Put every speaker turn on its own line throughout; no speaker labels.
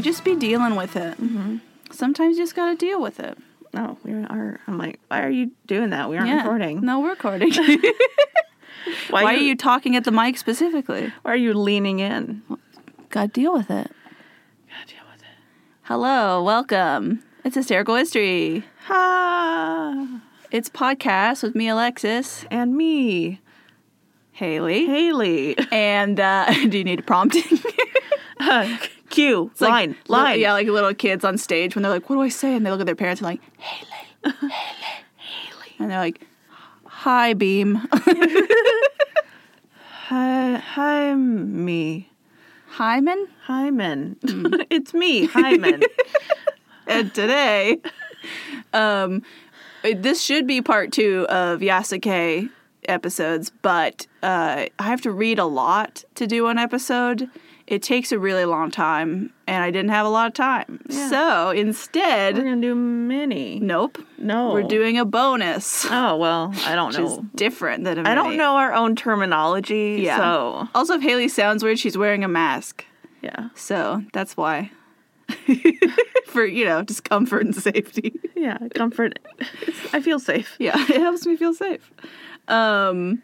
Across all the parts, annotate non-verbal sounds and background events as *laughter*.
just be dealing with it. Sometimes you just got to deal with it.
No, we are. I'm like, why are you doing that? We aren't
Yeah.
recording.
No, we're *laughs* recording.
Why,
Why are you talking at the mic specifically?
Why are you leaning in?
Got to deal with it.
Gotta deal with it.
Hello, welcome. It's Hysterical History.
Ha!
It's podcast with me, Alexis,
And me,
Haley,
Haley. *laughs*
and uh, *laughs* do you need a prompting?
Q.
It's like
Line.
li-
line.
yeah, like little kids on stage when they're like, "What do I say?" and they look at their parents and like, "Haley, *laughs* Haley, Haley," and they're like, "Hi, Beam. *laughs*
Hi, hi, me.
Hyman."
Hyman.
Hmm.
*laughs* it's
*laughs*
me, Hyman.
and
*laughs*
today, um, it- this should be part two of Yasuke episodes, but uh, I have to read a lot to do an episode. It takes a really long time, and I didn't have a lot of time.
Yeah.
So
We're
instead,
gonna do mini.
nope,
No.
we're doing a bonus,
Oh well, I don't
which is
know.
different than a
I don't
mini.
know our own terminology.
Yeah.
So
Also, if Haley sounds weird, she's wearing a mask,
yeah.
so that's why. *laughs* For you know, discomfort and safety.
Yeah.
*laughs*
Comfort. I feel safe.
Yeah, *laughs* it helps me feel safe. Um,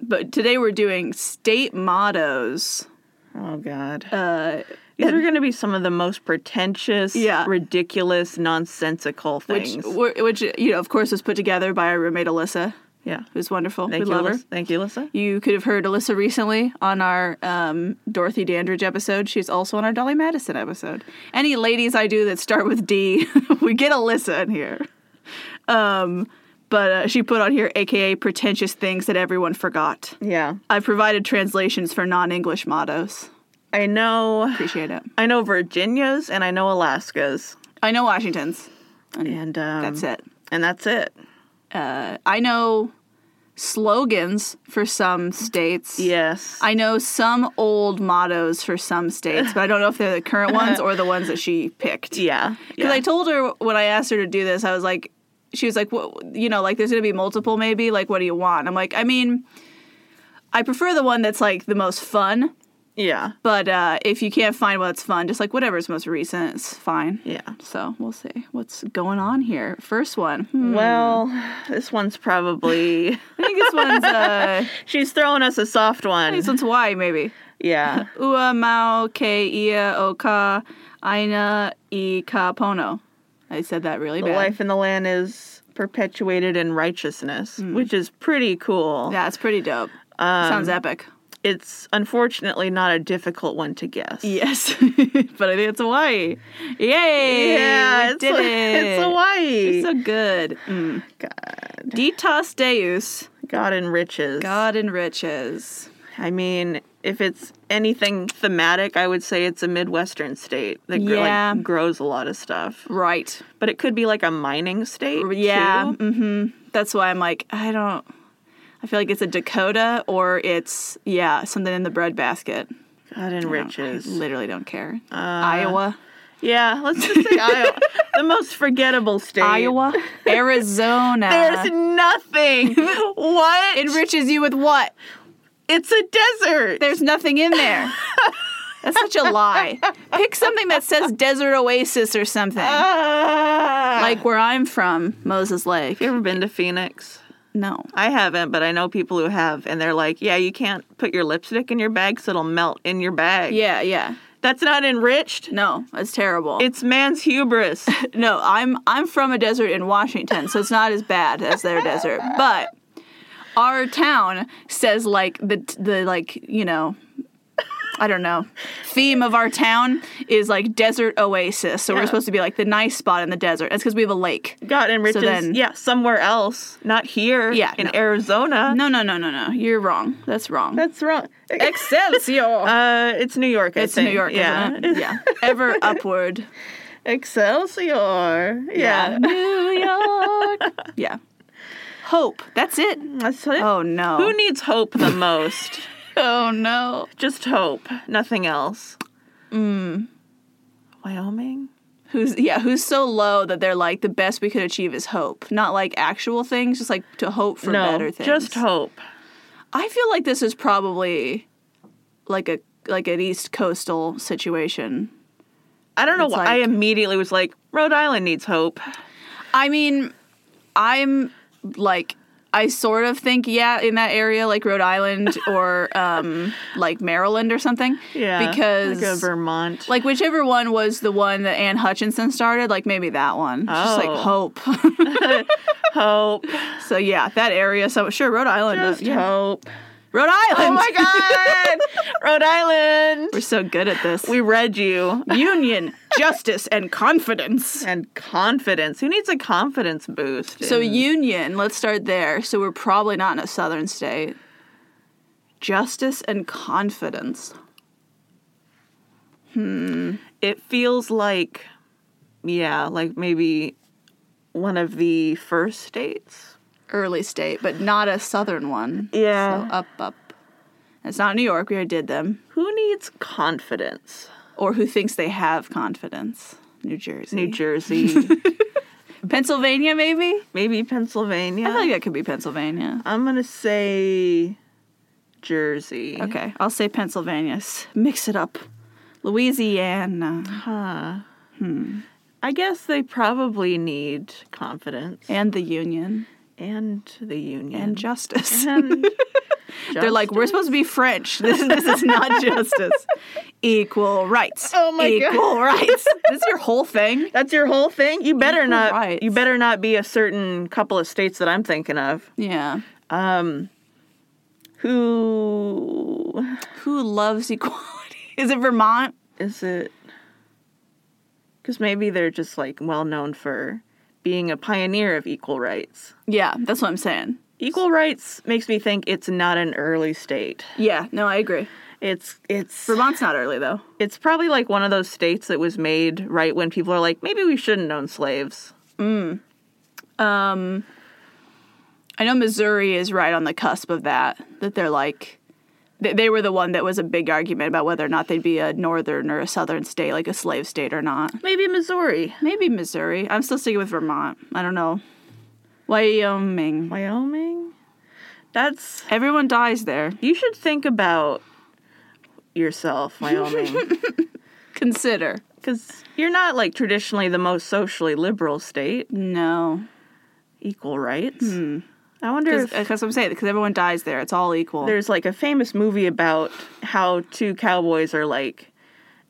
but today we're doing state mottos.
Oh God.
Uh,
These are going to be some of the most pretentious,
Yeah.
ridiculous, nonsensical
which,
things.
were- which you know, of course, was put together by our roommate Alyssa,
yeah.
who's wonderful.
Thank
we
you,
love her.
Alyssa. Thank you, Alyssa.
You could have heard Alyssa recently on our um, Dorothy Dandridge episode. She's also on our Dolly Madison episode. Any ladies I do that start with D, *laughs* we get Alyssa in here. Um, but uh, she put on here, aka pretentious things that everyone forgot.
Yeah.
I've provided translations for non English mottos.
I know.
Appreciate it.
I know Virginia's and I know Alaska's,
I know Washington's.
and um,
That's it.
And that's it.
Uh, I know slogans for some states.
Yes.
I know some old mottos for some states, but I don't know if they're the current ones or the ones that she picked.
yeah.
Because
Yeah.
I told her when I asked her to do this, I was like, she was like, well, you know, like there's going to be multiple maybe. Like, what do you want? I'm like, I mean, I prefer the one that's like the most fun,
yeah.
but uh, if you can't find what's fun, just like whatever's most recent, it's fine.
Yeah.
So we'll see what's going on here. First one. Hmm.
Well, this
*laughs*
one's probably.
I think this one's uh,
She's throwing us a soft one.
this one's Y maybe.
*laughs*
*laughs*
Yeah.
Ua mau ke ia o ka aina i ka pono. I said that really
The
bad.
life in the land is perpetuated in righteousness,
Hmm.
which is pretty cool.
Yeah, it's pretty dope.
Um,
Sounds epic.
It's unfortunately not a difficult one to guess.
Yes, *laughs* but I think it's Hawaii. Yay!
*laughs* Yeah,
we
it's,
did it.
it's Hawaii.
It's so good. Mm.
God,
Ditas Deus,
God enriches.
God enriches.
I mean, if it's anything thematic, I would say it's a Midwestern state that gr-
Yeah.
like, grows a lot of stuff.
Right.
But it could be like a mining state.
Yeah.
too.
hmm That's why I'm like, I don't. I feel like it's a Dakota or it's yeah something in the breadbasket.
God
I don't- I
enriches.
literally don't care.
Uh,
Iowa,
Yeah, let's just
*laughs*
say Iowa. The most forgettable state.
Iowa, Arizona.
*laughs* There's
*laughs*
nothing. what?
enriches you with what?
it's a desert.
There's nothing in there. That's such a lie. Pick something that says desert oasis or something.
Uh. Ah.
Like where I'm from, Moses Lake.
you ever been to Phoenix?
No.
I haven't, but I know people who have, and they're like, "Yeah, you can't put your lipstick in your bag, so it'll melt in your bag."
Yeah, yeah.
that's not enriched.
No, it's terrible.
It's
*laughs*
man's hubris.
No, I'm I'm from a desert in Washington, so it's not as bad as their desert. But our town says like the the like you know. I don't know. Theme of our town is like desert oasis. So
Yeah.
we're supposed to be like the nice spot in the desert. That's because we have a lake.
God enriches.
then-
yeah, somewhere else, not here.
Yeah,
in
no.
Arizona.
No, no, no, no, no. You're wrong. That's wrong.
that's wrong. *laughs*
Excelsior.
Uh, it's New York. I
It's
think.
New York,
Yeah,
isn't it? Yeah. Ever upward.
*laughs* Excelsior. Yeah,
New York. Yeah. Hope. That's it.
That's it.
Oh no.
Who needs hope the most? *laughs*
Oh no.
Just hope, nothing else. Mm. Wyoming.
Who's yeah, who's so low that they're like the best we could achieve is hope. Not like actual things, just like to hope for
no,
better things.
just hope.
I feel like this is probably like a like an east coastal situation.
I don't know
It's
why. I
like-
immediately was like, Rhode Island needs hope.
I mean, I'm like I sort of think yeah in that area like Rhode
*laughs*
Island or um like Maryland or something.
Yeah,
Because
like a Vermont.
like whichever one was the one that Anne Hutchinson started, like maybe that one. It's Just like
Oh.
hope. *laughs*
hope,
so yeah, that area. So sure, Rhode Island. uh,
just
yeah.
hope.
Rhode Island.
Oh my God, *laughs* Rhode
We're
Island.
so good at this.
We read you
Union, *laughs* justice, and confidence.
and confidence. Who needs a confidence boost?
So
in-
union. Let's start there. So we're probably not in a southern state. Justice and confidence.
it feels like, yeah, like maybe one of the first states.
early state, but not a southern one.
Yeah.
So up, up. It's not New York. We already did them.
Who needs confidence?
Or who thinks they have confidence? New Jersey.
New
*laughs*
Jersey,
Pennsylvania, maybe?
maybe Pennsylvania.
I feel like that could be Pennsylvania.
I'm gonna say Jersey.
Okay, I'll say Pennsylvania. S- Mix it up. Louisiana
Huh. I guess they probably need confidence
and the Union
and the union.
and *laughs* justice.
*laughs* And
They're like, we're supposed to be French. *laughs* This, this is *laughs* not justice. Equal rights.
Oh my God.
Equal *laughs* rights. This is your whole thing?
that's your whole thing. You better
Equal
not.
rights.
You better not be a certain couple of states that I'm thinking of.
Yeah.
Um, who
Who loves equality? *laughs* Is it Vermont?
is it? Because maybe they're just like well known for being a pioneer of equal rights.
Yeah, that's what I'm saying.
Equal rights makes me think it's not an early state.
Yeah, no, I agree.
It's it's
Vermont's not early though.
it's probably like one of those states that was made right when people are like maybe we shouldn't own slaves.
Um, I know Missouri is right on the cusp of that. That they're like, they, they were the one that was a big argument about whether or not they'd be a northern or a southern state, like a slave state or not.
Maybe Missouri,
Maybe Missouri. I'm still sticking with Vermont. I don't know. Wyoming.
Wyoming. That's
Everyone dies there.
you should think about
*laughs*
yourself, Wyoming,
Consider.
cuz you're not like traditionally the most socially liberal state.
No,
Equal rights.
Hmm.
I wonder if
because uh, I'm saying because everyone dies there. It's all equal.
there's like a famous movie about how two cowboys are like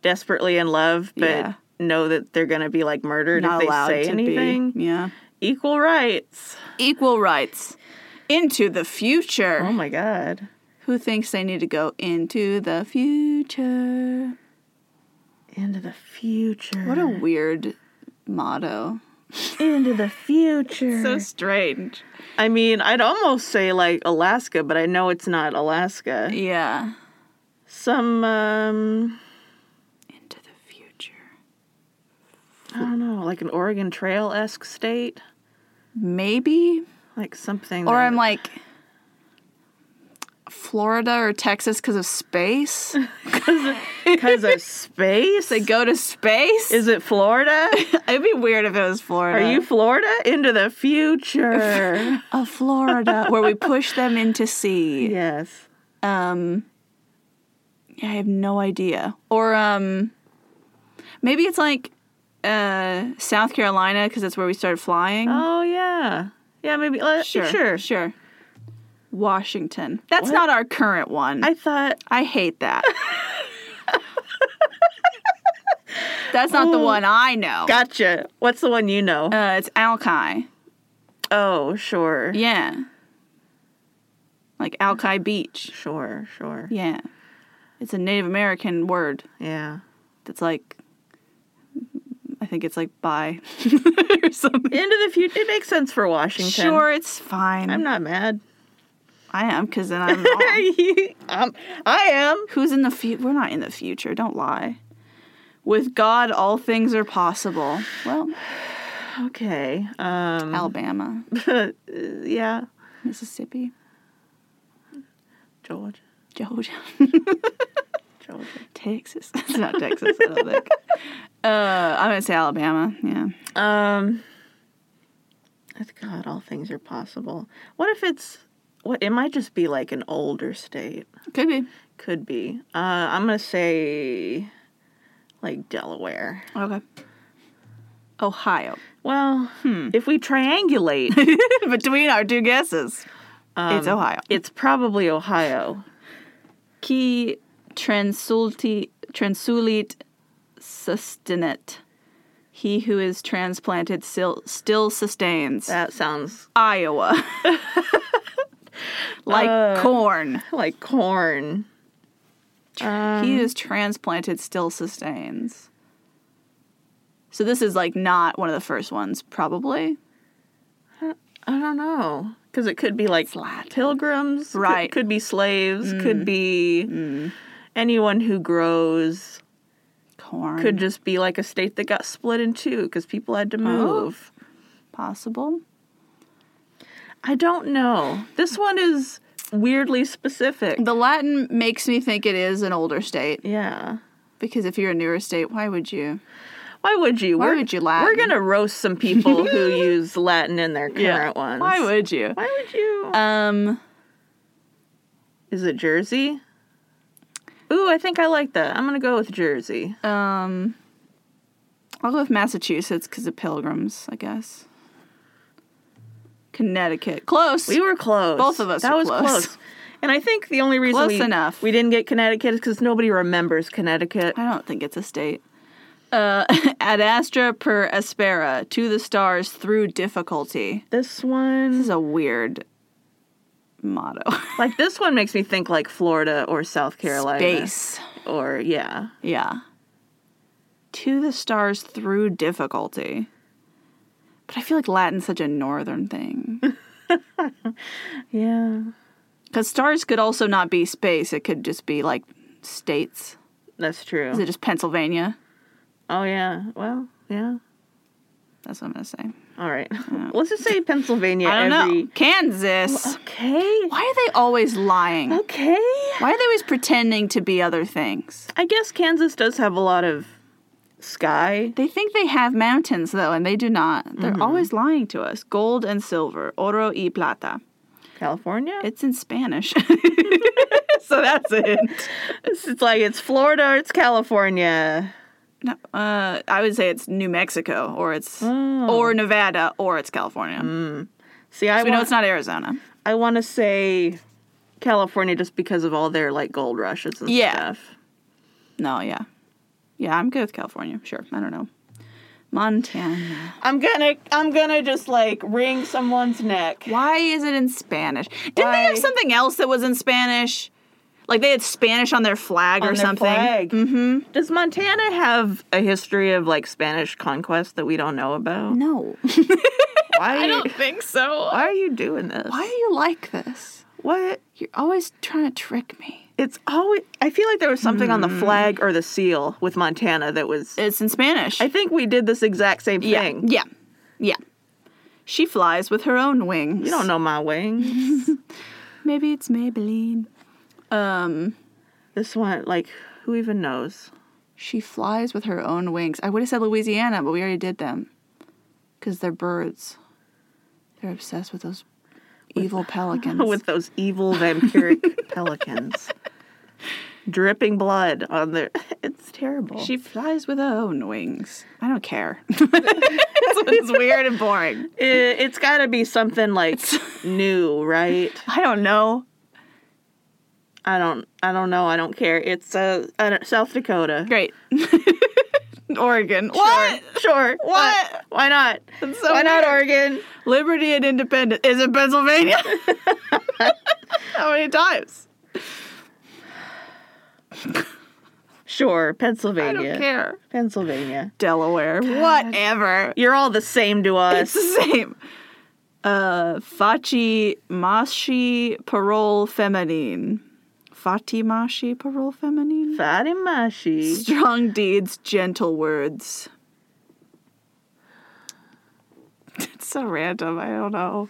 desperately in love but
Yeah.
know that they're going to be like murdered
not
if
allowed
they
to
say anything
be. Yeah.
equal rights
equal rights into the future.
oh my god
Who thinks they need to go into the future?
into the future
What a weird motto.
into the future
So strange.
i mean i'd almost say like alaska but i know it's not alaska
Yeah.
some um
Into the future.
i don't know like an oregon trail-esque state
Maybe.
like something
Or
that-
I'm like Florida or Texas because of
*laughs*
space.
because of space
they go to space.
is it florida
It'd be weird if it was
Are
Florida.
you Florida? Into the future.
of
*laughs*
Florida where we push them into sea?
yes.
um yeah, I have no idea. Or um maybe it's like uh South Carolina because that's where we started flying.
Oh yeah. Yeah, maybe. Uh, sure. Sure.
Sure. Washington. That's
What?
not our current one. I,
I thought.
hate
*laughs*
that. that's not the
Ooh.
one I know.
Gotcha. What's the one you know?
uh it's Alki.
oh, sure.
Yeah. Like Alki Beach.
Sure. Sure.
Yeah. It's a Native American word.
Yeah.
that's like I think it's like bi *laughs* or something.
Into the future. It makes sense for Washington.
Sure, it's fine.
I'm not *laughs* mad.
I am because then I'm
*laughs*
wrong.
um, I am.
Who's in the future? We're not in the future. Don't lie. With God, all things are possible. Well,
Okay. Um.
Alabama,
yeah.
Mississippi, *laughs*
Georgia.
Georgia,
Georgia.
Texas. *laughs* It's not Texas. I don't think. Uh, I'm gonna say Alabama. Yeah.
Um. Oh, God, all things are possible. What if it's? What it might just be like an older state.
Could be.
Could be. Uh, I'm gonna say, like Delaware.
Okay. Ohio. *laughs*
Well, hmm, if we *laughs* triangulate,
Between our two guesses, it's Ohio.
it's probably Ohio.
Qui transulti transulit sustinet. He who is transplanted still still sustains.
That sounds
*laughs* Iowa. like
Uh,
corn.
like corn.
he is transplanted still sustains. So this is like not one of the first ones, probably.
I don't know. Because it could be like
Slat.
pilgrims, could-
Right. Mm.
Could, be slaves, could be anyone who grows.
Corn
Could just be like a state that got split in two because people had to
Oh.
move.
possible.
I don't know. This one is weirdly specific.
The Latin makes me think it is an older state
Yeah.
because if you're a newer state, why would you?
Why would you?
Why
We're-
would you
We're
Latin?
gonna roast some
*laughs*
people who use Latin in their current ones.
Why would you?
Why would you?
Um,
Is it Jersey? Ooh, I think I like that. I'm gonna go with Jersey.
um, I'll go with Massachusetts because of pilgrims, I guess. Connecticut, close.
We were close.
Both of us
That
were
was
close.
*laughs* And I think the only reason
Close
we,
enough.
we didn't get Connecticut is because nobody remembers Connecticut.
I don't think it's a state. Uh, *laughs* ad astra per aspera, to the stars through difficulty.
This
This
one,
*laughs* is a weird motto.
like this one, makes me think like Florida or South Carolina.
Space.
Or yeah,
Yeah. To the stars through difficulty. But I feel like Latin's such a northern thing.
yeah.
Because stars could also not be space, it could just be like states.
That's true.
Is it just Pennsylvania?
oh yeah. Well, yeah.
That's what I'm going to say. *laughs*
All right. *laughs* Let's just say Pennsylvania
I don't
every.
know. Kansas.
Okay.
Why are they always lying?
Okay.
Why are they always pretending to be other things?
I guess Kansas does have a lot of sky.
They think they have mountains, though, and they do not. They're always lying to us. Gold and silver, oro y plata.
California.
It's in Spanish. *laughs* so that's it.
It's, it's like it's Florida or it's California.
No, uh, I would say it's New Mexico, or it's or Nevada, or it's California.
See, I
We know
want,
it's not Arizona.
I want to say California just because of all their like gold rushes and
Yeah.
stuff.
No, yeah, yeah. I'm good with California. Sure, I don't know. Montana.
I'm gonna I'm gonna just like wring someone's neck.
Why is it in Spanish? Didn't they
Why?
have something else that was in Spanish? Like they had Spanish on their flag or something.
Mm-hmm. Does Montana have a history of like Spanish conquest that we don't know about?
No.
Why?
I don't think so.
why are you doing this?
Why are you like this?
What?
You're always trying to trick me.
It's always. I feel like there was something on the
Hmm.
flag or the seal with Montana that was.
It's in Spanish.
I think we did this exact same
yeah.
thing.
Yeah. Yeah. She flies with her own wings.
You don't know my
Mm-hmm.
wings.
Maybe it's Maybelline. Um,
this one, like, who even knows?
she flies with her own wings. I would have said Louisiana, but we already did them. Because they're birds. They're obsessed with those *laughs* evil pelicans.
*laughs* With those evil *laughs* vampiric pelicans, dripping blood on their. *laughs* It's terrible.
She flies with her own wings. I don't care. *laughs* it's weird and boring.
I- it's got to be something like *laughs* new, right?
I don't know.
I don't. I don't know. I don't care. It's uh, I don't- South Dakota.
Great. *laughs* Oregon. What?
Sure.
What?
Why- Why not?
That's so
Why not
weird.
Oregon?
Liberty and independence. Is it *laughs* Pennsylvania? How many times?
Sure,
I
Pennsylvania.
don't care.
Pennsylvania.
Delaware. Whatever.
You're all the same to
*laughs* It's
*laughs* us.
the same. Uh, Faci Mashi Parole Feminine. Fati Mashi Parole Feminine.
Fatimashi.
Strong deeds, gentle words. *laughs* It's so random. I don't know.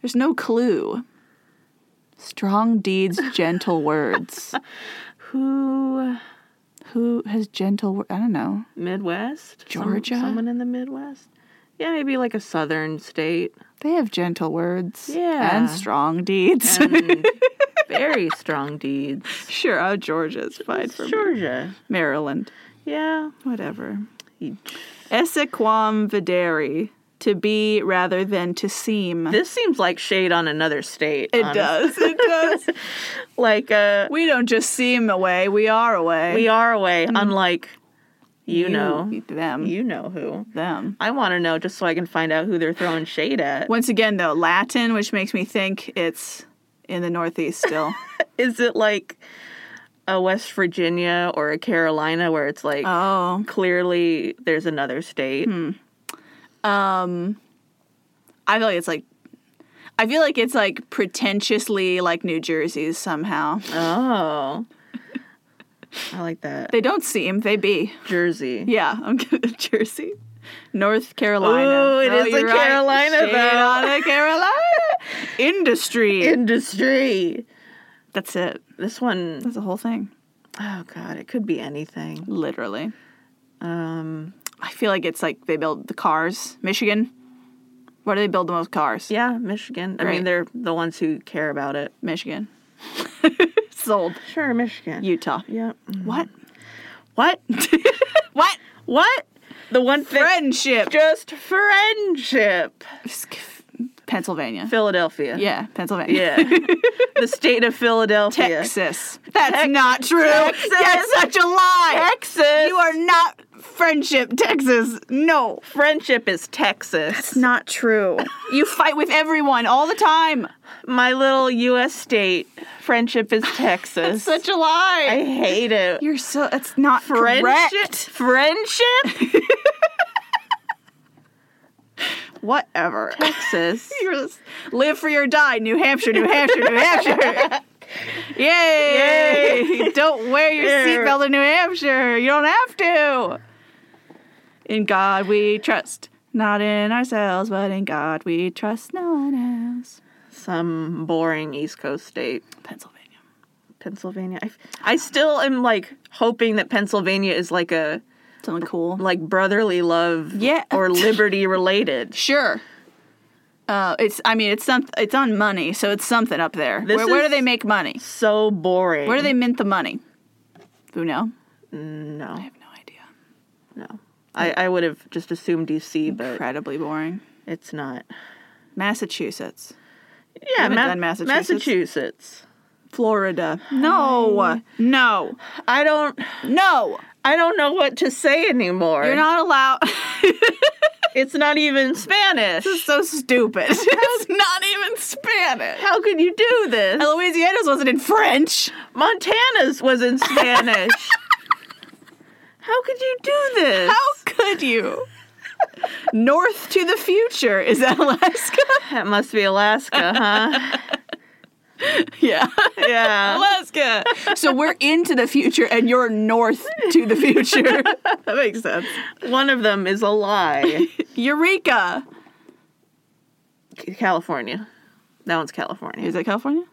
There's no clue. Strong deeds,
*laughs*
gentle words.
Who?
Who has gentle words? I don't know.
Midwest? Some-
Georgia?
someone in the Midwest? Yeah, maybe like a southern state.
They have gentle words.
Yeah.
And strong deeds.
And very strong deeds.
*laughs* sure, oh, Georgia's fine
It's
for me.
Georgia.
Maryland.
Yeah.
Whatever.
Each.
Esse quam videri, to be rather than to seem.
This seems like shade on another state.
it
honest-
does. It does.
*laughs* Like uh,
we don't just seem away. We are away.
we are away, unlike you, know,
them.
you know who.
them.
I want to know just so I can find out who they're throwing shade at.
Once again, though, Latin, which makes me think it's in the Northeast
*laughs*
still.
Is it like a West Virginia or a Carolina where it's like
oh.
clearly there's another state?
I feel like it's like I feel like it's like pretentiously like New Jersey's somehow.
Oh. I like that.
They don't seem, they be.
Jersey.
Yeah, I'm *laughs* kidding. Jersey. North Carolina. Oh,
Ooh, it is a
you're right.
Carolina,
Shade
though.
on the
*laughs*
Carolina. Industry.
Industry.
That's it.
This one,
That's the whole thing.
oh God, it could be anything.
Literally.
Um,
I feel like it's like they build the cars. Michigan. Where do they build the most cars?
yeah, Michigan. I
Great.
mean, they're the ones who care about it.
Michigan. *laughs* Sold.
Sure, Michigan.
Utah.
yeah.
What?
What? *laughs*
What?
what? The one thing.
Friendship.
Just friendship.
Pennsylvania.
Philadelphia.
Yeah, Pennsylvania. *laughs*
Yeah. the state of Philadelphia.
Texas. That's not true.
Texas.
That's such a lie.
Texas.
You are not friendship, Texas. No.
Friendship is Texas.
Not true. you fight with everyone all the time.
My little U.S. state.
*laughs*
Friendship is Texas.
Such a lie.
I hate it.
You're so. That's not
friendship.
correct. *laughs*
Friendship.
Whatever.
Texas.
*laughs* You're just- live free or die, New Hampshire, New Hampshire, New *laughs* Hampshire. Yay! Don't wear your
Yeah.
seatbelt in New Hampshire. You don't have to. In God we trust, not in ourselves, but in God we trust. No one else.
Some boring East Coast state.
Pennsylvania.
Pennsylvania. I, I still am like hoping that Pennsylvania is like a
Something cool.
like brotherly love
Yeah. *laughs*
or liberty related.
Sure. Uh, it's. I mean, it's some. It's on money, so it's something up there.
This
Where, where do
is-
they make money?
So boring.
Where do they mint the money? Do you know? I
No,
have no idea.
no. I, I would have just assumed DC, but
Incredibly boring.
it's not.
Massachusetts.
Yeah,
haven't done Massachusetts.
Massachusetts.
Florida. No. No.
I don't.
No.
I don't know what to say anymore.
You're not allowed. *laughs*
It's not even Spanish.
this is so stupid. *laughs* it's not even Spanish.
How could you do this?
And Louisiana's wasn't in French.
Montana's was in Spanish.
*laughs*
How could you do this?
How could you? *laughs* North to the future. Is that Alaska? *laughs*
That must be Alaska, huh?
yeah.
yeah.
Alaska. so we're into the future and you're north to the future. *laughs* that makes sense.
One of them is a lie.
*laughs* Eureka.
California. That one's California.
Is that California?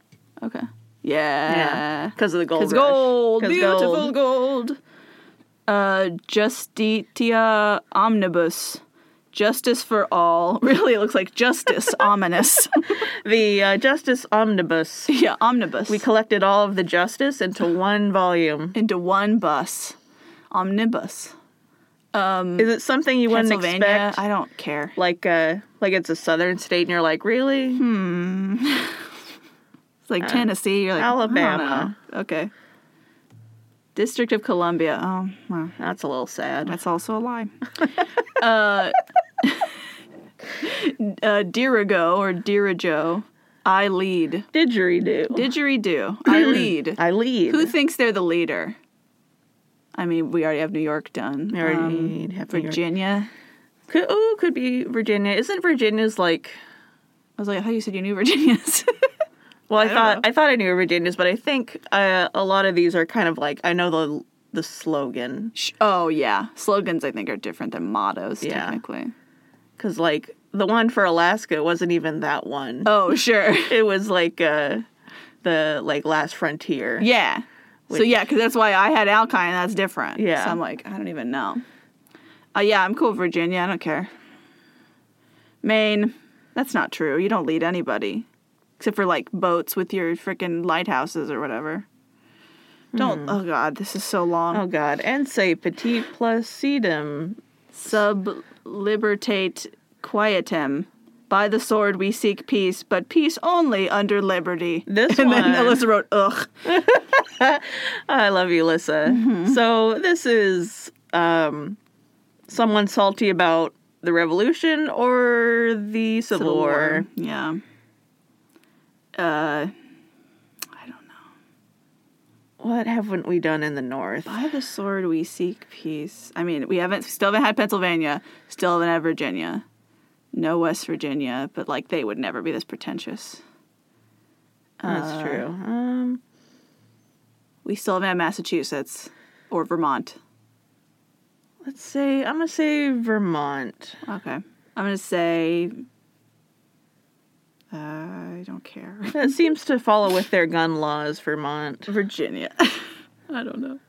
Okay.
Yeah.
Yeah.
Because of the gold.
It's
rush.
Uh, gold,
'Cause
beautiful
gold.
gold. Uh, Justitia Omnibus, justice for all. *laughs* Really, it looks like *laughs* justice ominous.
The uh, Justice
*laughs*
Omnibus.
yeah, omnibus.
We collected all of the justice into one volume.
into one bus, omnibus.
Is it something you wouldn't
Pennsylvania.
expect?
I don't care.
Like, uh, like it's a southern state, and you're like, really?
Hmm. It's like Tennessee. You're like I don't
Alabama.
know. Okay. District of Columbia. Oh, well,
That's a little sad.
that's also a *laughs* lie. *laughs* uh, uh, Dirigo or Dirigo. I lead.
Didgeridoo.
Didgeridoo.
*clears throat*
I lead.
I lead.
Who thinks they're the leader? I mean, we already have New York done.
I already
Um,
have New York.
Virginia.
Could, ooh, could be Virginia. Isn't Virginia's like?
I was like, I thought you said you knew Virginians.
Well, I,
don't
thought
know.
I thought I knew Virginia's, but I think uh, a lot of these are kind of like I know the the slogan
*laughs* Sh- oh, yeah. Slogans, I think, are different than mottos,
Yeah.
technically.
because like the one for Alaska wasn't even that one.
Oh, sure. *laughs*
It was like uh, the like last frontier.
yeah. so,
Which-
yeah, because that's why I had Alki, and that's different.
Yeah.
So I'm like, I don't even know. Uh, yeah, I'm cool with Virginia. I don't care. Maine. That's not true. You don't lead anybody. Except for, like, boats with your freaking lighthouses or whatever.
Hmm.
Don't. Oh God, this is so long.
Oh God, and say petit placidum.
Sub libertate quietem. By the sword we seek peace, but peace only under liberty.
This
*laughs* and
one.
then Alyssa wrote, "Ugh."
I love you, Lissa.
Mm-hmm.
So this is um, someone salty about the revolution or the Civil, War.
Yeah. Uh, I don't know.
What haven't we done in the North? Oh,
By the sword we seek peace. I mean, we haven't still haven't had Pennsylvania, still haven't had Virginia, no West Virginia, but like they would never be this pretentious.
That's
Uh.
true. Um,
We still haven't had Massachusetts or Vermont.
let's say I'm gonna say Vermont.
Okay, I'm gonna say. Uh, I don't care. *laughs*
That seems to follow with their gun laws, Vermont.
Virginia. *laughs* I don't know.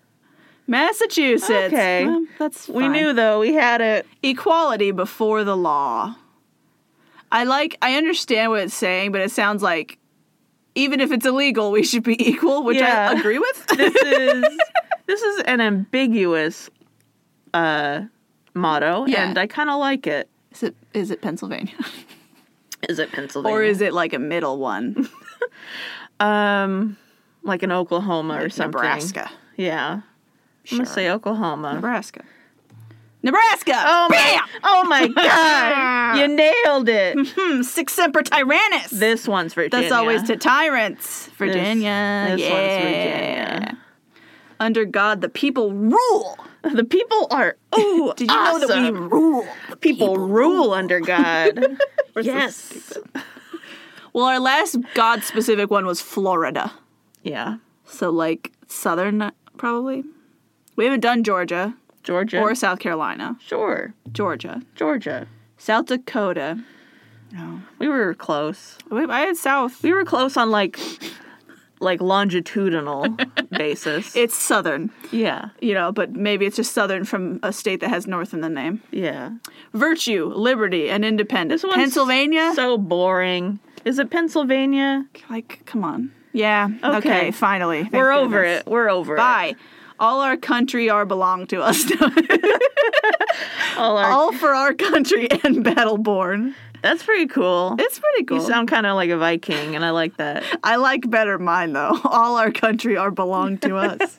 Massachusetts.
Okay.
Well, that's
We
fine.
knew though, we had it.
equality before the law. I like I understand what it's saying, but it sounds like even if it's illegal, we should be *laughs* equal, which
Yeah.
I agree with.
*laughs* This is this is an ambiguous uh motto,
Yeah.
and I kinda like it.
is it is it Pennsylvania?
Is it
*laughs*
Pennsylvania?
or is it like a middle
*laughs*
one?
um like in Oklahoma or something?
Nebraska.
Yeah. I'm
Sure.
gonna say Oklahoma.
Nebraska. Nebraska!
Oh my!
Bam!
Oh
*laughs*
my God! you nailed it.
Hmm, Six Semper Tyrannis!
This one's Virginia.
That's always to tyrants.
This-
Virginia.
This,
yeah.
one's Virginia.
Under God, the people rule.
The people
*laughs*
are. Ooh,
Did you know that we
awesome.
rule? The
people, rule
*laughs*
under God?
We're so
yes.
*laughs* Well, our last God specific one was Florida.
Yeah.
So, like, Southern, probably. We haven't done Georgia
Georgia.
or South Carolina.
sure.
Georgia.
Georgia.
South Dakota. No.
We were close.
Wait, I had South.
We were close on like,
*laughs*
like longitudinal basis.
It's Southern,
yeah.
you know, but maybe it's just Southern from a state that has North in the name.
Yeah.
Virtue, liberty, and independence.
This one's
Pennsylvania?
So boring. Is it Pennsylvania?
like, come on. Yeah. Okay,
Okay.
finally. Thank
we're over
goodness.
it. We're over it.
Bye. All our country are belong to us. *laughs*
All our-
All for our country and battle born.
That's pretty cool.
It's pretty cool.
You sound kind of like a Viking, and I
*laughs*
like that.
I like better mine though. *laughs* All our country are belong
*laughs*
to us.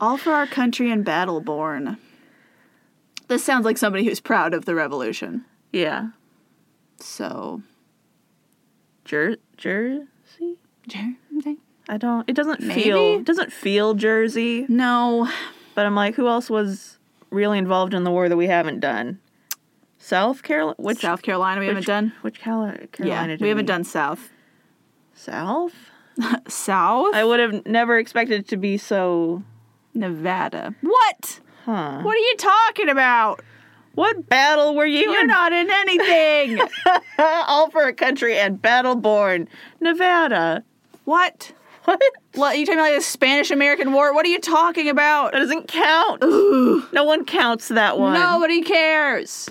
All for our country and battle born. This sounds like somebody who's proud of the revolution.
Yeah. *laughs*
So,
Jer- Jersey?
no.
I don't. It doesn't
Maybe?
feel. It doesn't feel Jersey. But I'm like, who else was really involved in the war that we haven't done? South Carolina. Which
South Carolina we haven't
which-
done?
Which Cali-
Yeah,
Carolina? did
we haven't done South.
South.
South?
I would have never expected it to be so.
Nevada. What?
Huh.
What are you talking about?
What battle were you
You're
in?
not in
*laughs*
anything.
All for a country and battle born Nevada.
what?
What?
What, you talking about the Spanish American War? What are you talking about?
That doesn't count. No one counts that one.
Nobody cares.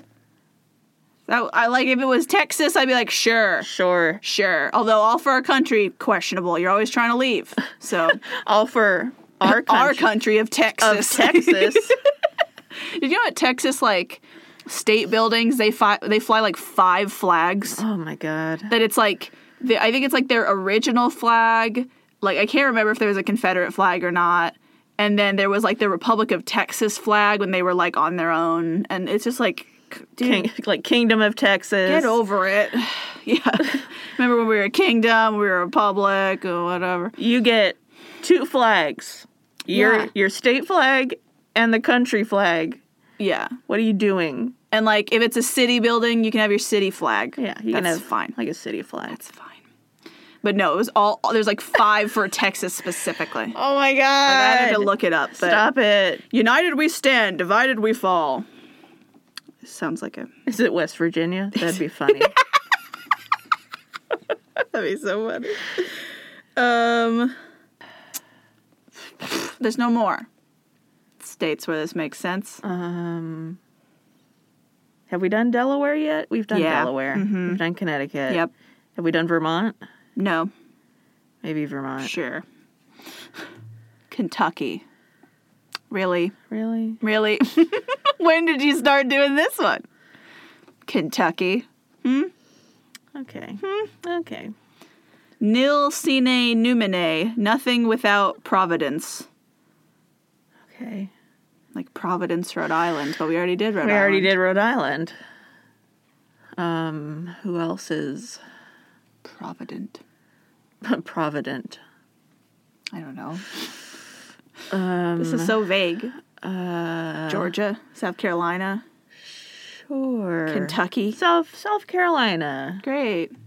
That I like if it was Texas, I'd be like, sure,
Sure.
sure. Although all for our country, questionable. You're always trying to leave. *laughs* So
All for *laughs* our country.
our country of
of
Texas. *laughs*
Texas. *laughs*
Did you know at Texas like state buildings they fi- they fly like five flags?
oh my god.
That it's like the, I think it's like their original flag. Like I can't remember if there was a Confederate flag or not. And then there was like the Republic of Texas flag when they were like on their own. And it's just like, c- dude,
King, like Kingdom of Texas.
Get over it. *sighs*
*laughs*
yeah. Remember when we were a kingdom, we were a republic, or whatever.
You get two flags. Your
Yeah.
your state flag and the country flag.
Yeah.
What are you doing?
And like if it's a city building, you can have your city flag.
Yeah, you
That's
can have
fine.
like a city flag.
That's fine. But no, it was all there's like five for Texas
*laughs*
specifically.
Oh my god.
I had to look it up. But
Stop it.
United we stand, divided we fall. Sounds like a
Is it West Virginia? That'd be *laughs* funny.
that'd be so funny. Um there's no more states where this makes sense.
um Have we done Delaware yet? We've done
Yeah.
Delaware. We've done Connecticut.
Yep.
Have we done Vermont?
No.
Maybe Vermont.
Sure. *sighs* Kentucky. Really?
Really?
Really? when did you start doing this one? Kentucky.
Okay. Okay.
Nil sine numine, nothing without Providence.
Okay.
Like Providence, Rhode Island, but we already did Rhode
We
Island.
already did Rhode Island. Um, who else is *laughs*
Provident.
provident?
I don't know.
Um,
This is so vague. Georgia, South Carolina,
sure.
Kentucky.
South South Carolina.
Great.
Oh.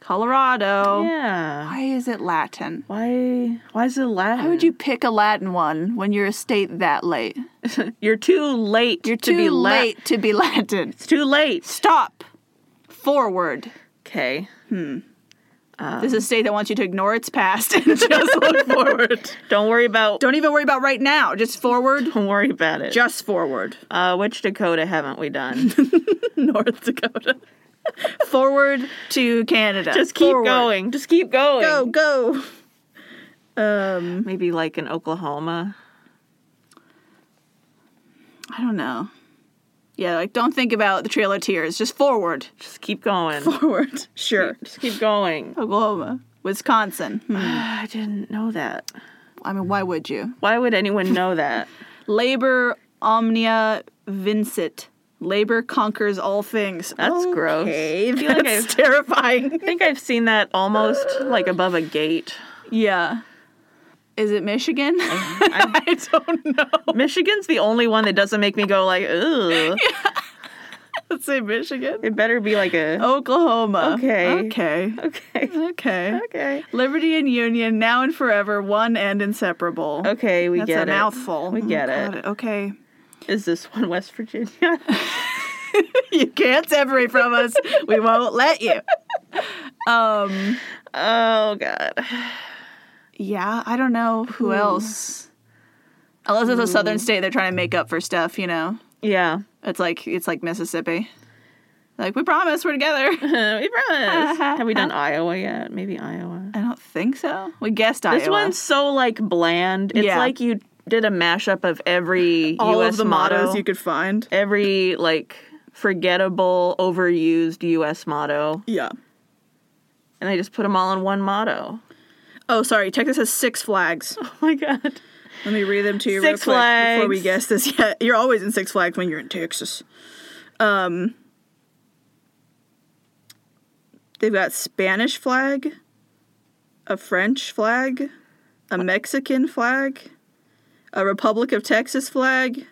Colorado.
Yeah.
Why is it Latin?
Why? Why is it Latin?
Why would you pick a Latin one when you're a state that late?
You're too late.
You're
to
too
be la-
late to be *laughs* Latin.
It's too late.
Stop. Forward.
Okay.
this is a state that wants you to ignore its past *laughs* and just look forward.
*laughs* Don't worry about.
Don't even worry about right now. Just forward.
Don't worry about it.
Just forward.
Uh, which Dakota haven't we done?
*laughs* North Dakota. *laughs* forward to Canada.
Just keep
Forward.
going. Just keep going.
Go, go. Um,
Maybe like in Oklahoma.
I don't know. Yeah, like don't think about the Trail of Tears. Just forward.
Just keep going.
Forward. Sure.
Just keep
*sighs*
going.
*laughs* Oklahoma. Wisconsin. Hmm.
I didn't know that.
I mean, why would you?
Why would anyone
*laughs*
know that?
Labor omnia vincit. Labor conquers all things.
That's gross.
okay,
I *laughs* feel like
That's
I've-
terrifying.
I think I've seen that almost like above
*laughs*
a gate.
Yeah. Is it Michigan? *laughs* I, don't know.
Michigan's the only one that doesn't make me go
*laughs*
like, ooh.
Let's say Michigan.
It better be like
Oh.
a
Oklahoma.
Okay.
Okay.
*laughs* okay,
*laughs* Okay.
okay,
Liberty and union, now and forever, one and inseparable.
okay. We
That's
get
a
it.
mouthful.
We
Oh,
get
God,
it.
Okay.
Is this *laughs* one West Virginia? *laughs*
You can't separate from us. We won't let you. Um.
oh God.
Yeah, I don't know
Hmm.
who else. Unless it's a southern state, they're trying to make up for stuff. You know,
Yeah. *laughs*
it's like it's like Mississippi. Like we promise, we're together. *laughs*
we promise. Have we done Iowa yet? Maybe Iowa.
I don't think so. We guessed Iowa.
This one's so like bland. It's
Yeah.
like you did a mashup of every
all
U.S.
of the
motto,
mottos you could find.
every like forgettable, overused U.S. motto,
Yeah.
and they just put them all in one motto. *laughs*
Oh, sorry. Texas has six flags.
Oh my God.
Let me read them to you
Six
real quick before we
Flags.
guess this. Yeah, you're always in Six Flags when you're in Texas. Um, they've got Spanish flag, a French flag, a Mexican flag, a Republic of Texas flag,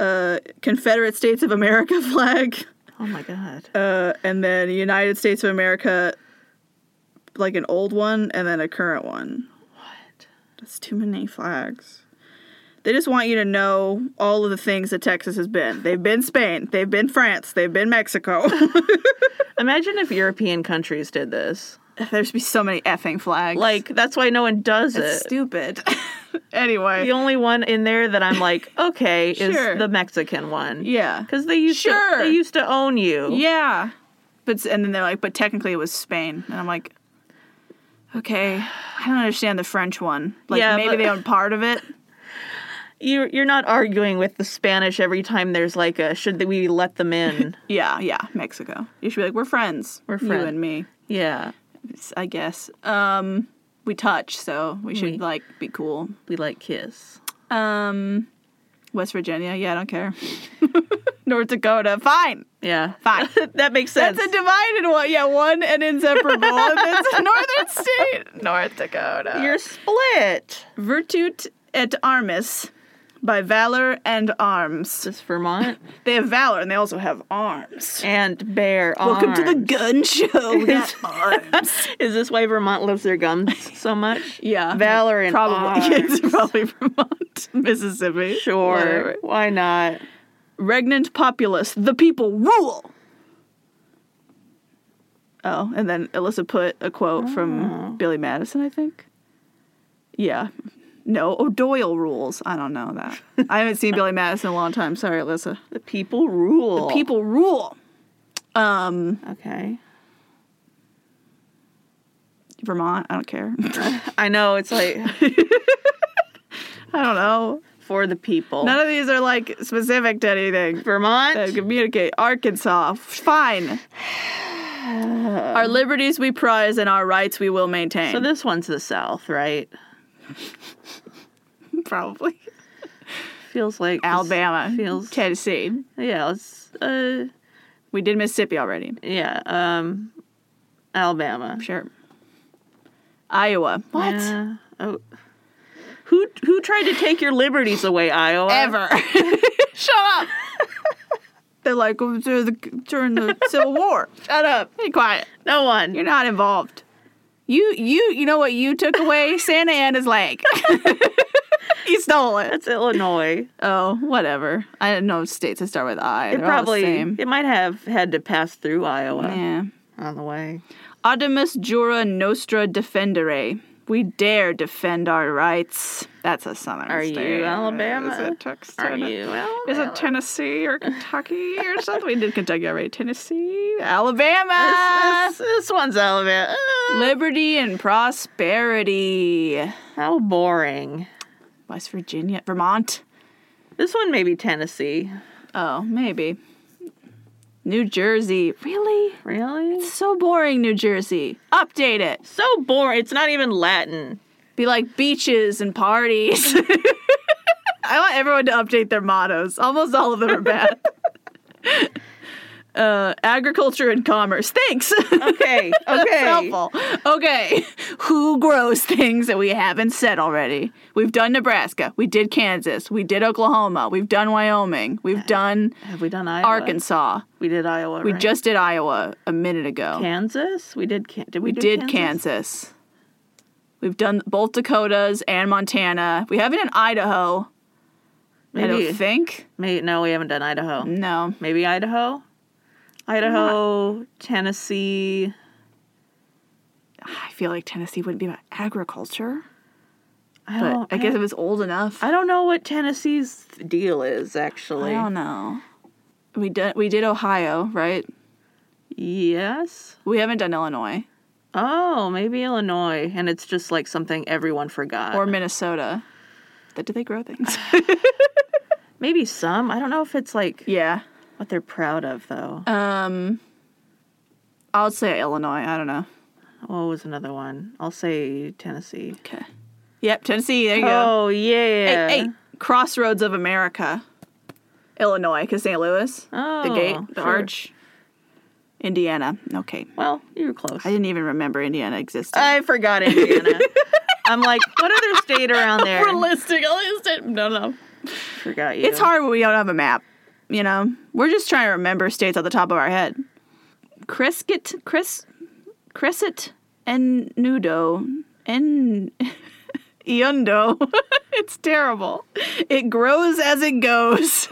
a Confederate States of America *laughs* flag,
Oh my God.
uh, and then United States of America, like an old one, and then a current one.
What?
That's too many flags. They just want you to know all of the things that Texas has been. They've been Spain, they've been France, they've been Mexico. *laughs*
Imagine if European countries did this.
There's be so many effing flags.
Like that's why no one does
it's
it.
stupid. *laughs* anyway,
The only one in there that I'm like, okay,
Sure.
is the Mexican one.
yeah,
Because they used
Sure.
to they used to own you.
yeah. But s- and then they're like, but technically it was Spain, and I'm like, okay, I don't understand the French one. Like
Yeah,
maybe
but-
they own part of it.
You're you're not arguing with the Spanish every time there's like a should we let
*laughs*
them in?
Yeah, yeah, Mexico. You should be like, we're friends.
We're
You
friend-
and me.
yeah.
It's- I guess. Um, we touch, so we should
We-
like be cool.
We like kiss.
Um, West Virginia. Yeah, I don't care. *laughs* North Dakota. Fine.
Yeah. *laughs*
Fine.
that makes sense.
That's a divided one. Yeah, one and
*laughs*
inseparable. and that's a northern state. North Dakota.
You're split.
virtute et armis. By valor and arms.
This Vermont
They have valor and they also have arms.
and bear.
*laughs* Welcome to the
arms.
gun
*laughs*
show. We got *laughs* arms.
Is this why Vermont loves their gums
*laughs*
so much?
Yeah.
Valor and
probably.
arms.
*laughs* It's probably Vermont, Mississippi.
Sure.
whatever.
Why not?
regnant populace, the people rule. Oh, and then Alyssa put a quote from Billy Madison, I think. Yeah. No, oh, Doyle rules. I don't know that. I haven't seen Billy Madison in a long time. Sorry, Alyssa.
The people rule.
People rule. Um,
Okay.
Vermont, I don't care. *laughs*
I know it's like
I don't know.
*laughs* for the people.
None of these are like specific to anything.
Vermont.
That Uh, communicate. Arkansas. *sighs* Fine. our liberties we prize and our rights we will maintain.
so this one's the South, right?
probably.
Feels like
*laughs*
this-
Alabama.
feels-
Tennessee.
Yeah, it's uh,
We did Mississippi already.
yeah, um, Alabama.
Sure. Iowa. What?
Yeah. Oh. Who who tried to take your liberties away, Iowa?
Ever. *laughs* Shut up. *laughs* They're like "Oh, during the, during *laughs* the Civil War. Shut up. Be quiet.
No one.
You're not involved. You you you know what you took *laughs* away? Santa Anna's *laughs* leg. he stole it.
That's Illinois.
Oh, whatever. I didn't know states that start with I.
It
They're
probably
all the same.
it might have had to pass through Iowa
Yeah.
on the way.
Audimus jura nostra defendere. We dare defend our rights. That's a southern
Are you
state.
Alabama?
Is it Texas?
Are you? Alabama?
Is it Tennessee
*laughs*
or Kentucky or something? we did Kentucky already. Tennessee, Alabama.
This, this, this one's Alabama. Uh,
Liberty and prosperity.
how boring.
West Virginia, Vermont.
This one may be Tennessee.
Oh, maybe. New Jersey. Really?
Really?
So boring, New Jersey. Update it.
So boring. It's not even Latin.
Be like beaches and
*laughs*
parties. I want everyone to update their mottos. Almost all of them are
*laughs*
bad. uh, agriculture and commerce. Thanks. *laughs*
Okay.
That's
Okay.
helpful. Okay. Who grows things that we haven't said already? We've done Nebraska. We did Kansas. We did Oklahoma. We've done Wyoming. We've done
have we done Iowa?
Arkansas.
We did Iowa.
We
right?
just did Iowa a minute ago.
Kansas. We did. Can- did
Oh.
we,
we
do
did Kansas?
Kansas?
We've done both Dakotas and Montana. We haven't in Idaho. I Mm.
Maybe.
don't think.
May no, we haven't done Idaho.
No.
Maybe Idaho. Idaho, Tennessee.
I feel like Tennessee wouldn't be about agriculture,
I
but
don't.
I guess it was old enough.
I don't know what Tennessee's deal is
I
actually.
don't know. We did we did Ohio, right?
Yes.
We haven't done Illinois
Oh, maybe Illinois, and it's just like something everyone forgot.
or Minnesota. That do they grow
*laughs*
things?
maybe some. I don't know if it's like
yeah.
what they're proud of though.
Um I'll say Illinois. I don't know.
what was another one? I'll say Tennessee.
Okay. Yep, Tennessee. There you go.
Oh
Hey,
yeah.
hey, Crossroads of America, Illinois, because St. Louis,
Oh,
the gate, the
sure.
arch, Indiana. Okay,
Well, you were close.
I didn't even remember Indiana existed.
I forgot *laughs* Indiana. I'm like, what other state around there?
We're listing all these. di- No, no,
forgot you.
it's hard when we don't have a map. You know, we're just trying to remember states off the top of our head. Crescit, Cres, Crescit, and Nudo, *laughs* and Iundo. *laughs* it's terrible. It grows as it goes.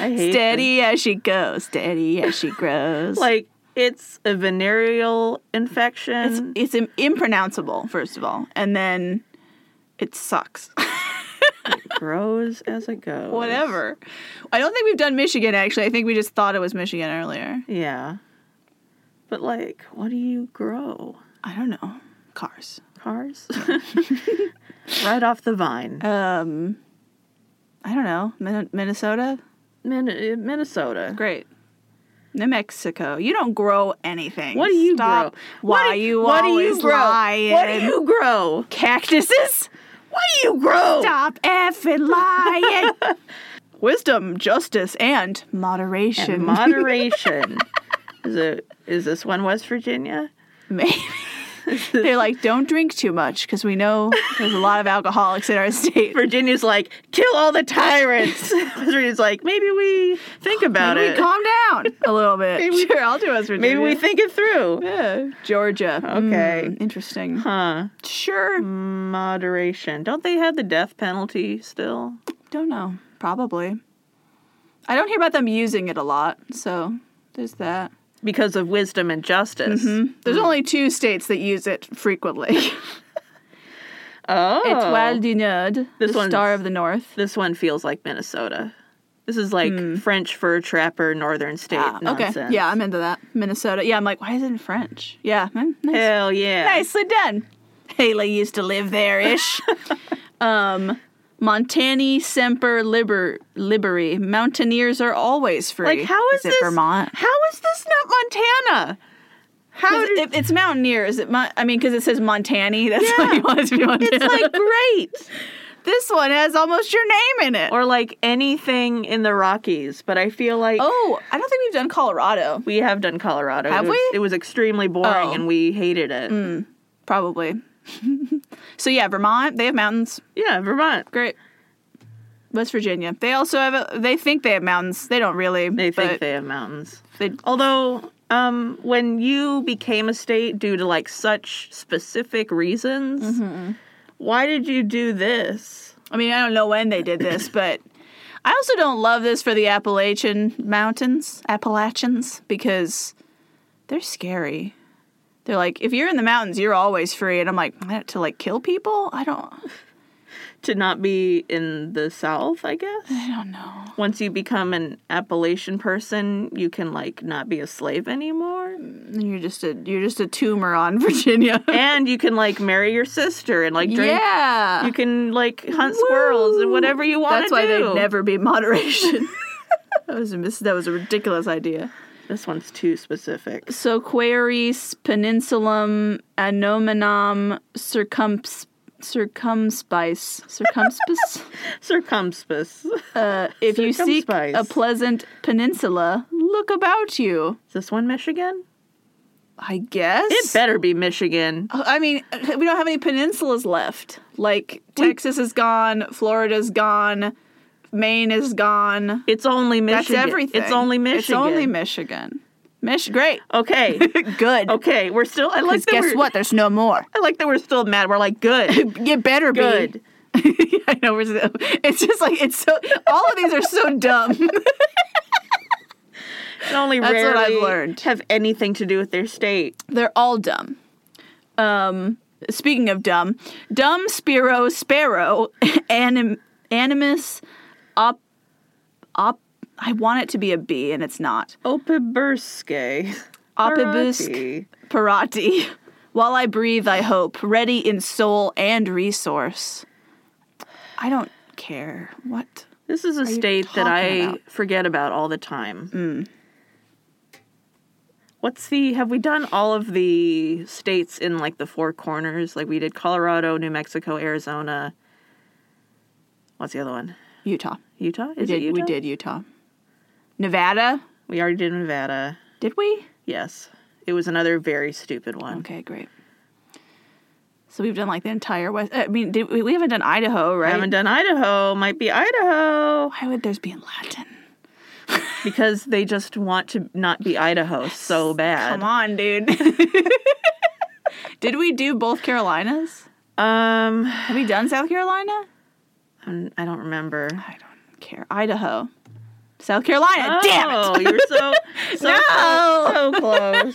I hate this.
Steady as she goes, steady as she grows.
Like it's a venereal infection.
it's im- impronounceable, first of all, and then it sucks. *laughs*
grows as it goes.
Whatever. I don't think we've done Michigan actually. I think we just thought it was Michigan earlier.
Yeah. But like, what do you grow?
I don't know. Cars.
*laughs* Cars? right off the vine.
Um, I don't know. Min- Minnesota.
Min- uh, Minnesota.
Great. New Mexico. You don't grow anything.
What do you
Stop.
grow?
Why
do-
you
what do you
always
grow?
lying?
What do you grow?
Cactuses.
What do you grow?
Stop effing
*laughs*
lying. Wisdom, justice, and moderation.
And *laughs* moderation. is it is this one West Virginia?
*laughs*
*laughs*
Maybe. They're like, don't drink too much because we know there's a lot of alcoholics in our state.
Virginia's like, kill all
*laughs*
the tyrants. *laughs* West Virginia's like, maybe we think about
Maybe
it.
we calm down a little bit.
Maybe-
*laughs* sure, I'll do West
maybe
Virginia.
we think it through.
yeah. Georgia.
Okay.
Mm, interesting.
Huh.
Sure.
Hmm. Moderation. Don't they have the death penalty still?
Don't know. Probably. I don't hear about them using it a lot, so there's that.
Because of wisdom and justice.
There's only two states that use it frequently. it's
*laughs* Oh.
Étoile du Nord,
This
the
one's-
Star of the North.
this one feels like Minnesota. This is like French fur trapper northern state
Hmm. Ah,
nonsense.
okay. Yeah, I'm into that. Minnesota. Yeah, I'm like, why is it in French? Yeah, mm, nice.
Hell yeah. *laughs*
Nicely done. Haley used to live there ish. um, Montani semper liber liberi. Mountaineers are always free.
Like, how is,
it
this
Vermont?
How is this not Montana?
'Cause
How did,
it- it's Mountaineer. Is it? Mon- I mean, because it says Montani. *laughs* That's why
Yeah.
you want it to be Montana. *laughs*
it's like great
this one has almost your name in it.
or like anything in the Rockies, but I feel like
oh, I don't think we've done Colorado.
we have done Colorado.
Have
it was,
we?
It was extremely boring
Oh. Mm.
and we hated it.
Probably. *laughs* so yeah, Vermont. They have mountains.
Yeah, Vermont.
Great. West Virginia. They also have. A, they think they have mountains. They don't really.
They think
but
they have mountains.
they-
Although, um, when you became a state due to like such specific reasons,
Mm-hmm,
why did you do this?
I mean, I don't know when they did
*coughs*
this, but I also don't love this for the Appalachian Mountains, Appalachians, because they're scary. They're like, if you're in the mountains, you're always free. And I'm like, "What, to like kill people? I don't,
To not be in the South,
*sighs*
I guess.
I don't know.
Once you become an Appalachian person, you can like not be a slave anymore,
You're just a, you're just a tumor on *laughs* Virginia.
*laughs* and you can like marry your sister and like drink.
yeah,
You can like hunt squirrels and whatever you want
that's
to do.
why there'd never be moderation. *laughs* that was a mis- that was a ridiculous idea.
This one's too specific.
So Queries, Peninsulum, Anomenum, Circumps, Circumspice, Circumspice.
Circumspice.
uh, if you seek
Circumspice.
a pleasant peninsula, look about you.
Is this one Michigan?
I guess.
It better be Michigan.
I mean, we don't have any peninsulas left. Like Texas is gone, Florida's gone, Maine is gone.
It's only
That's
Michigan.
everything.
It's only Michigan.
It's only Michigan. Mich- great. *laughs*
okay.
Good.
Okay. We're still. I like
Because
that.
guess
we're,
what? There's no more.
I like that we're still mad. We're
*laughs*
like, good,
It better be.
good.
*laughs* I know we're so, it's just like it's so all of these are so *laughs* dumb.
And only
That's what I've
rarely
learned.
have anything to do with their state.
They're all dumb. Um speaking of dumb, dumb Spiro Sparrow *laughs* anim, animus op op I want it to be a B and it's not.
Opiburske.
Opibusk
Parati.
parati. *laughs* While I breathe I hope, ready in soul and resource. I don't care. What?
This is a state that I
talking about? Mm.
forget about all the time. What's the? Have we done all of the states in like the four corners? Like we did Colorado, New Mexico, Arizona. What's the other one?
Utah.
Utah? Is
Did-
it Utah?
We did Utah. Nevada?
We already did Nevada.
Did we?
Yes. It was another very stupid one.
Okay, great. So we've done like the entire West. I mean, did, we we haven't done Idaho,
I
right?
haven't done Idaho. Might be Idaho
Why would theirs be in Latin?
because they just want to not be Idaho so bad.
Come on, dude. *laughs* did we do both Carolinas?
Um,
Have we done South Carolina?
I'm- I don't remember.
I don't care. Idaho, South Carolina. Damn
Oh,
it!
you're
*laughs*
so so
No.
so close.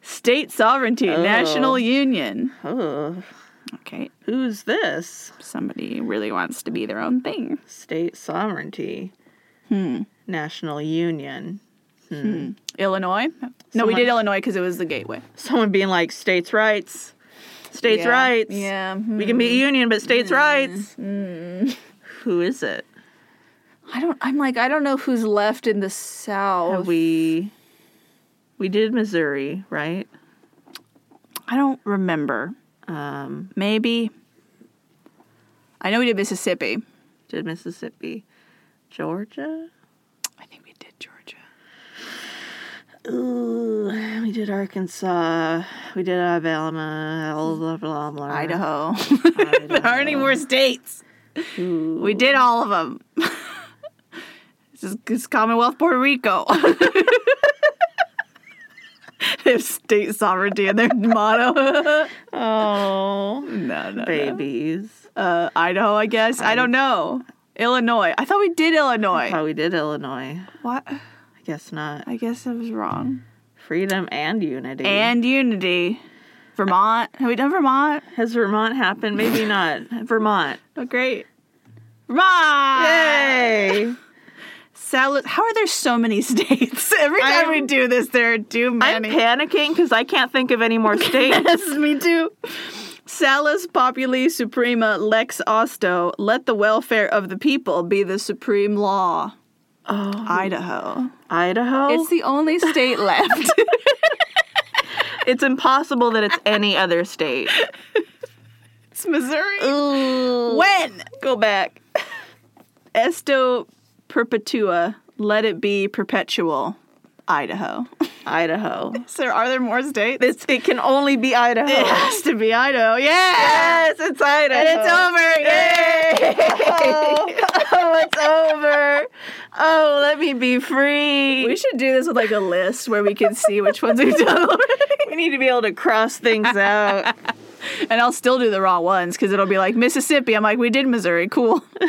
State sovereignty, national union.
oh,
Okay,
who's this?
somebody really wants to be their own thing.
State sovereignty. Hmm. National union.
Illinois? No, we
Someone-
did Illinois because it was the gateway.
Someone being like states' rights. States'
Yeah.
rights.
Yeah. Hmm.
We can be a union, but states' rights. Who is it?
I don't. I'm like I don't know who's left in the South.
We we did Missouri, right?
I don't remember.
Um,
Maybe. I know we did Mississippi.
did Mississippi, Georgia?
I think we did Georgia.
Ooh, we did Arkansas. We did Alabama. Blah blah blah.
Idaho.
Idaho.
*laughs* there aren't any more states. We did all of them. *laughs* this is this is Commonwealth Puerto Rico. *laughs* they have state sovereignty in their *laughs* motto.
*laughs* Oh,
no, no, no.
babies.
Uh, Idaho, Uh-huh. I guess. I don't know. Illinois. I thought we did Illinois.
Oh, we did Illinois.
What?
I guess not.
I guess I was wrong.
Freedom and unity.
and unity. Vermont. Have we done Vermont?
has Vermont happened? *laughs* Maybe not. Vermont.
Oh, great. Vermont.
Yay!
Sal- How are there so many *laughs* states? Every time
I'm-
we do this, there are too
I'm
many.
*laughs* panicking because I can't think of any more states.
yes, me too. Salus populi suprema lex osto, let the welfare of the people be the supreme law.
Oh,
Idaho.
Idaho.
It's
It's,
the only state left.
impossible that it's *laughs* any other state.
*laughs* it's Missouri.
Ooh.
When?
Go back.
Esto perpetua, let it be perpetual. Idaho.
Idaho.
So are there more states?
It's, it can only be Idaho.
It has to be Idaho. Yeah.
Yes, it's Idaho.
And it's over. Yay.
Oh, oh, it's over. Oh, let me be *laughs* free.
We should do this with like a list where we can see which ones we've done already.
we need to be able to cross things out.
And I'll still do the raw ones because it'll be like Mississippi. I'm like, we did Missouri. Cool. *laughs*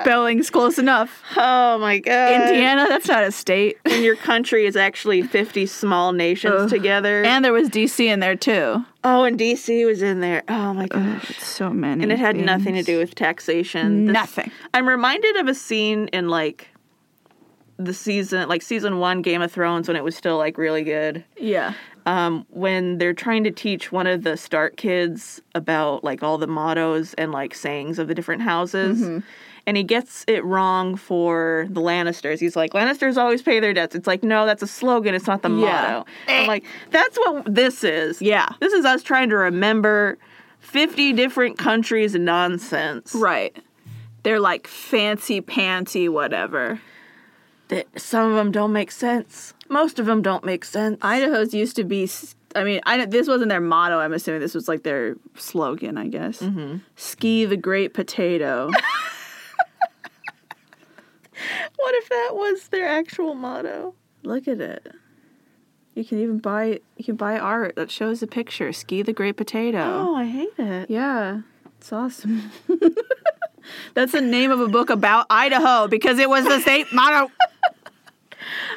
Spelling's close enough.
*laughs* Oh my
Uh,
god.
Indiana, that's not a state.
When your country is actually 50 small nations
Ugh.
together.
And there was DC in there too.
oh, and DC was in there. Oh my gosh.
So many.
And it had
things.
nothing to do with taxation. This-
Nothing.
I'm reminded of a scene in like the season, like season one Game of Thrones when it was still like really good.
Yeah.
um, when they're trying to teach one of the Stark kids about like all the mottos and like sayings of the different houses.
Mm-hmm.
And he gets it wrong for the Lannisters. He's like, Lannisters always pay their debts. It's like, no, that's a slogan. It's not the
Yeah.
motto. I'm like, that's what this is.
Yeah.
This is us trying to remember 50 different countries' nonsense.
Right. They're like fancy pantsy whatever.
That some of them don't make sense. Most of them don't make sense.
Idaho's used to be. s- I mean, I, this wasn't their motto. I'm assuming this was like their slogan. I guess. Ski the great potato. *laughs*
what if that was their actual motto?
Look at it. You can even buy you can buy art that shows the picture. Ski the Great Potato.
Oh, I hate it.
Yeah. It's awesome. *laughs* That's the name of a book about Idaho because it was the state motto.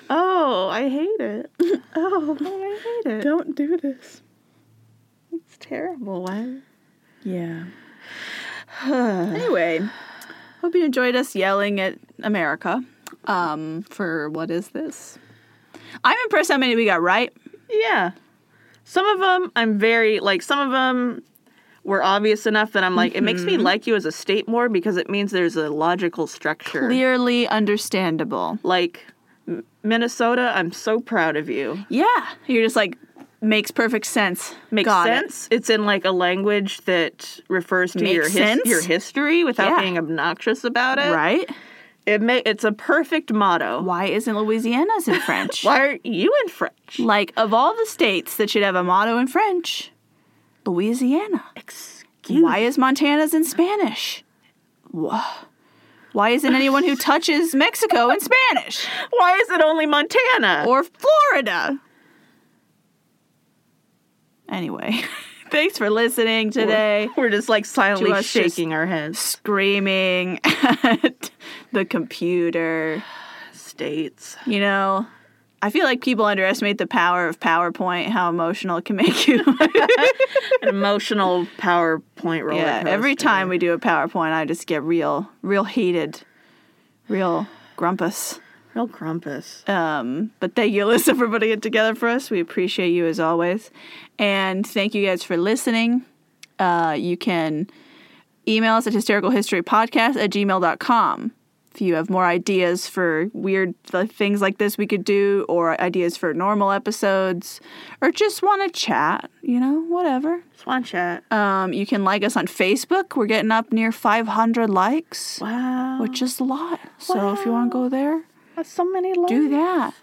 Oh, I hate it. *laughs* Oh, I hate it.
*laughs* Don't do this.
It's terrible. Why?
Yeah. *sighs* anyway, hope you enjoyed us yelling at America um, for what is this? I'm impressed how many we got right.
Yeah. Some of them, I'm very like. Some of them were obvious enough that I'm like, it makes me like you as a state more because it means there's a logical structure.
Clearly understandable.
Like M- Minnesota, I'm so proud of you.
Yeah. You're just like, makes perfect sense.
Makes
Got it.
sense. It's in like a language that refers to your
Makes
his-
sense.
your history without
Yeah.
being obnoxious about it.
Right?
It may. It's a perfect motto.
Why isn't Louisiana's *laughs* in French?
Why are you in French?
Like, of all the states that should have a motto in French, Louisiana.
Excuse
Why is Montana's in Spanish? Wha- Why isn't anyone who touches Mexico in Spanish?
Why is it only Montana?
Or Florida? Anyway, *laughs* thanks for listening today.
We're just like silently
To us, just-
shaking our heads.
Screaming *laughs* at the computer.
States.
You know, I feel like people underestimate the power of PowerPoint, how emotional it can make you. *laughs*
An emotional PowerPoint roller
yeah, every
coaster.
time we do a PowerPoint, I just get real, real heated, real grumpus.
Real grumpus.
Um, but thank you, Alyssa, for putting it together for us. We appreciate you as always. And thank you guys for listening. Uh, you can email us at hystericalhistorypodcast at gmail.com. If you have more ideas for weird th- things like this we could do, or ideas for normal episodes, or just want to chat, you know, whatever.
Swan chat.
Um, you can like us on Facebook. We're getting up near 500 likes,
wow.
which is a lot. So if you want to go there,
That's so many lines.
do that.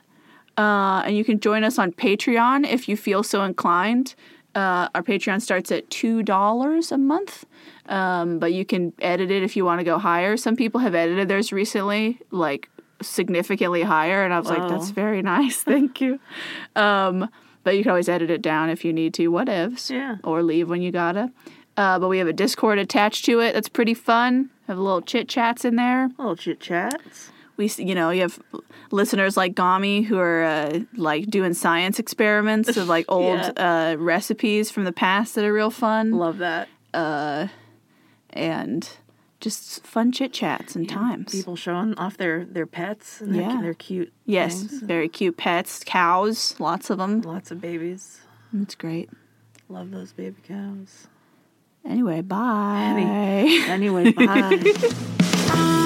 Uh, and you can join us on Patreon if you feel so inclined. Uh, our Patreon starts at $2 a month, um, but you can edit it if you want to go higher. Some people have edited theirs recently, like significantly higher, and I was
Wow.
like, that's very *laughs* nice. Thank you. Um, but you can always edit it down if you need to, what ifs,
Yeah.
or leave when you gotta. Uh, but we have a Discord attached to it that's pretty fun. Have little chit chats in there
Little chit chats.
we s- you know you have listeners like Gami who are uh, like doing science experiments of
*laughs*
like old uh, recipes from the past that are real fun
Love that.
and just fun chit chats and times.
People showing off their their pets and
Yeah.
their, their cute.
yes,
things.
very cute pets, cows, lots of them.
Lots of babies.
It's great.
Love those baby cows.
Anyway, bye. *laughs*
*laughs* Anyway, bye.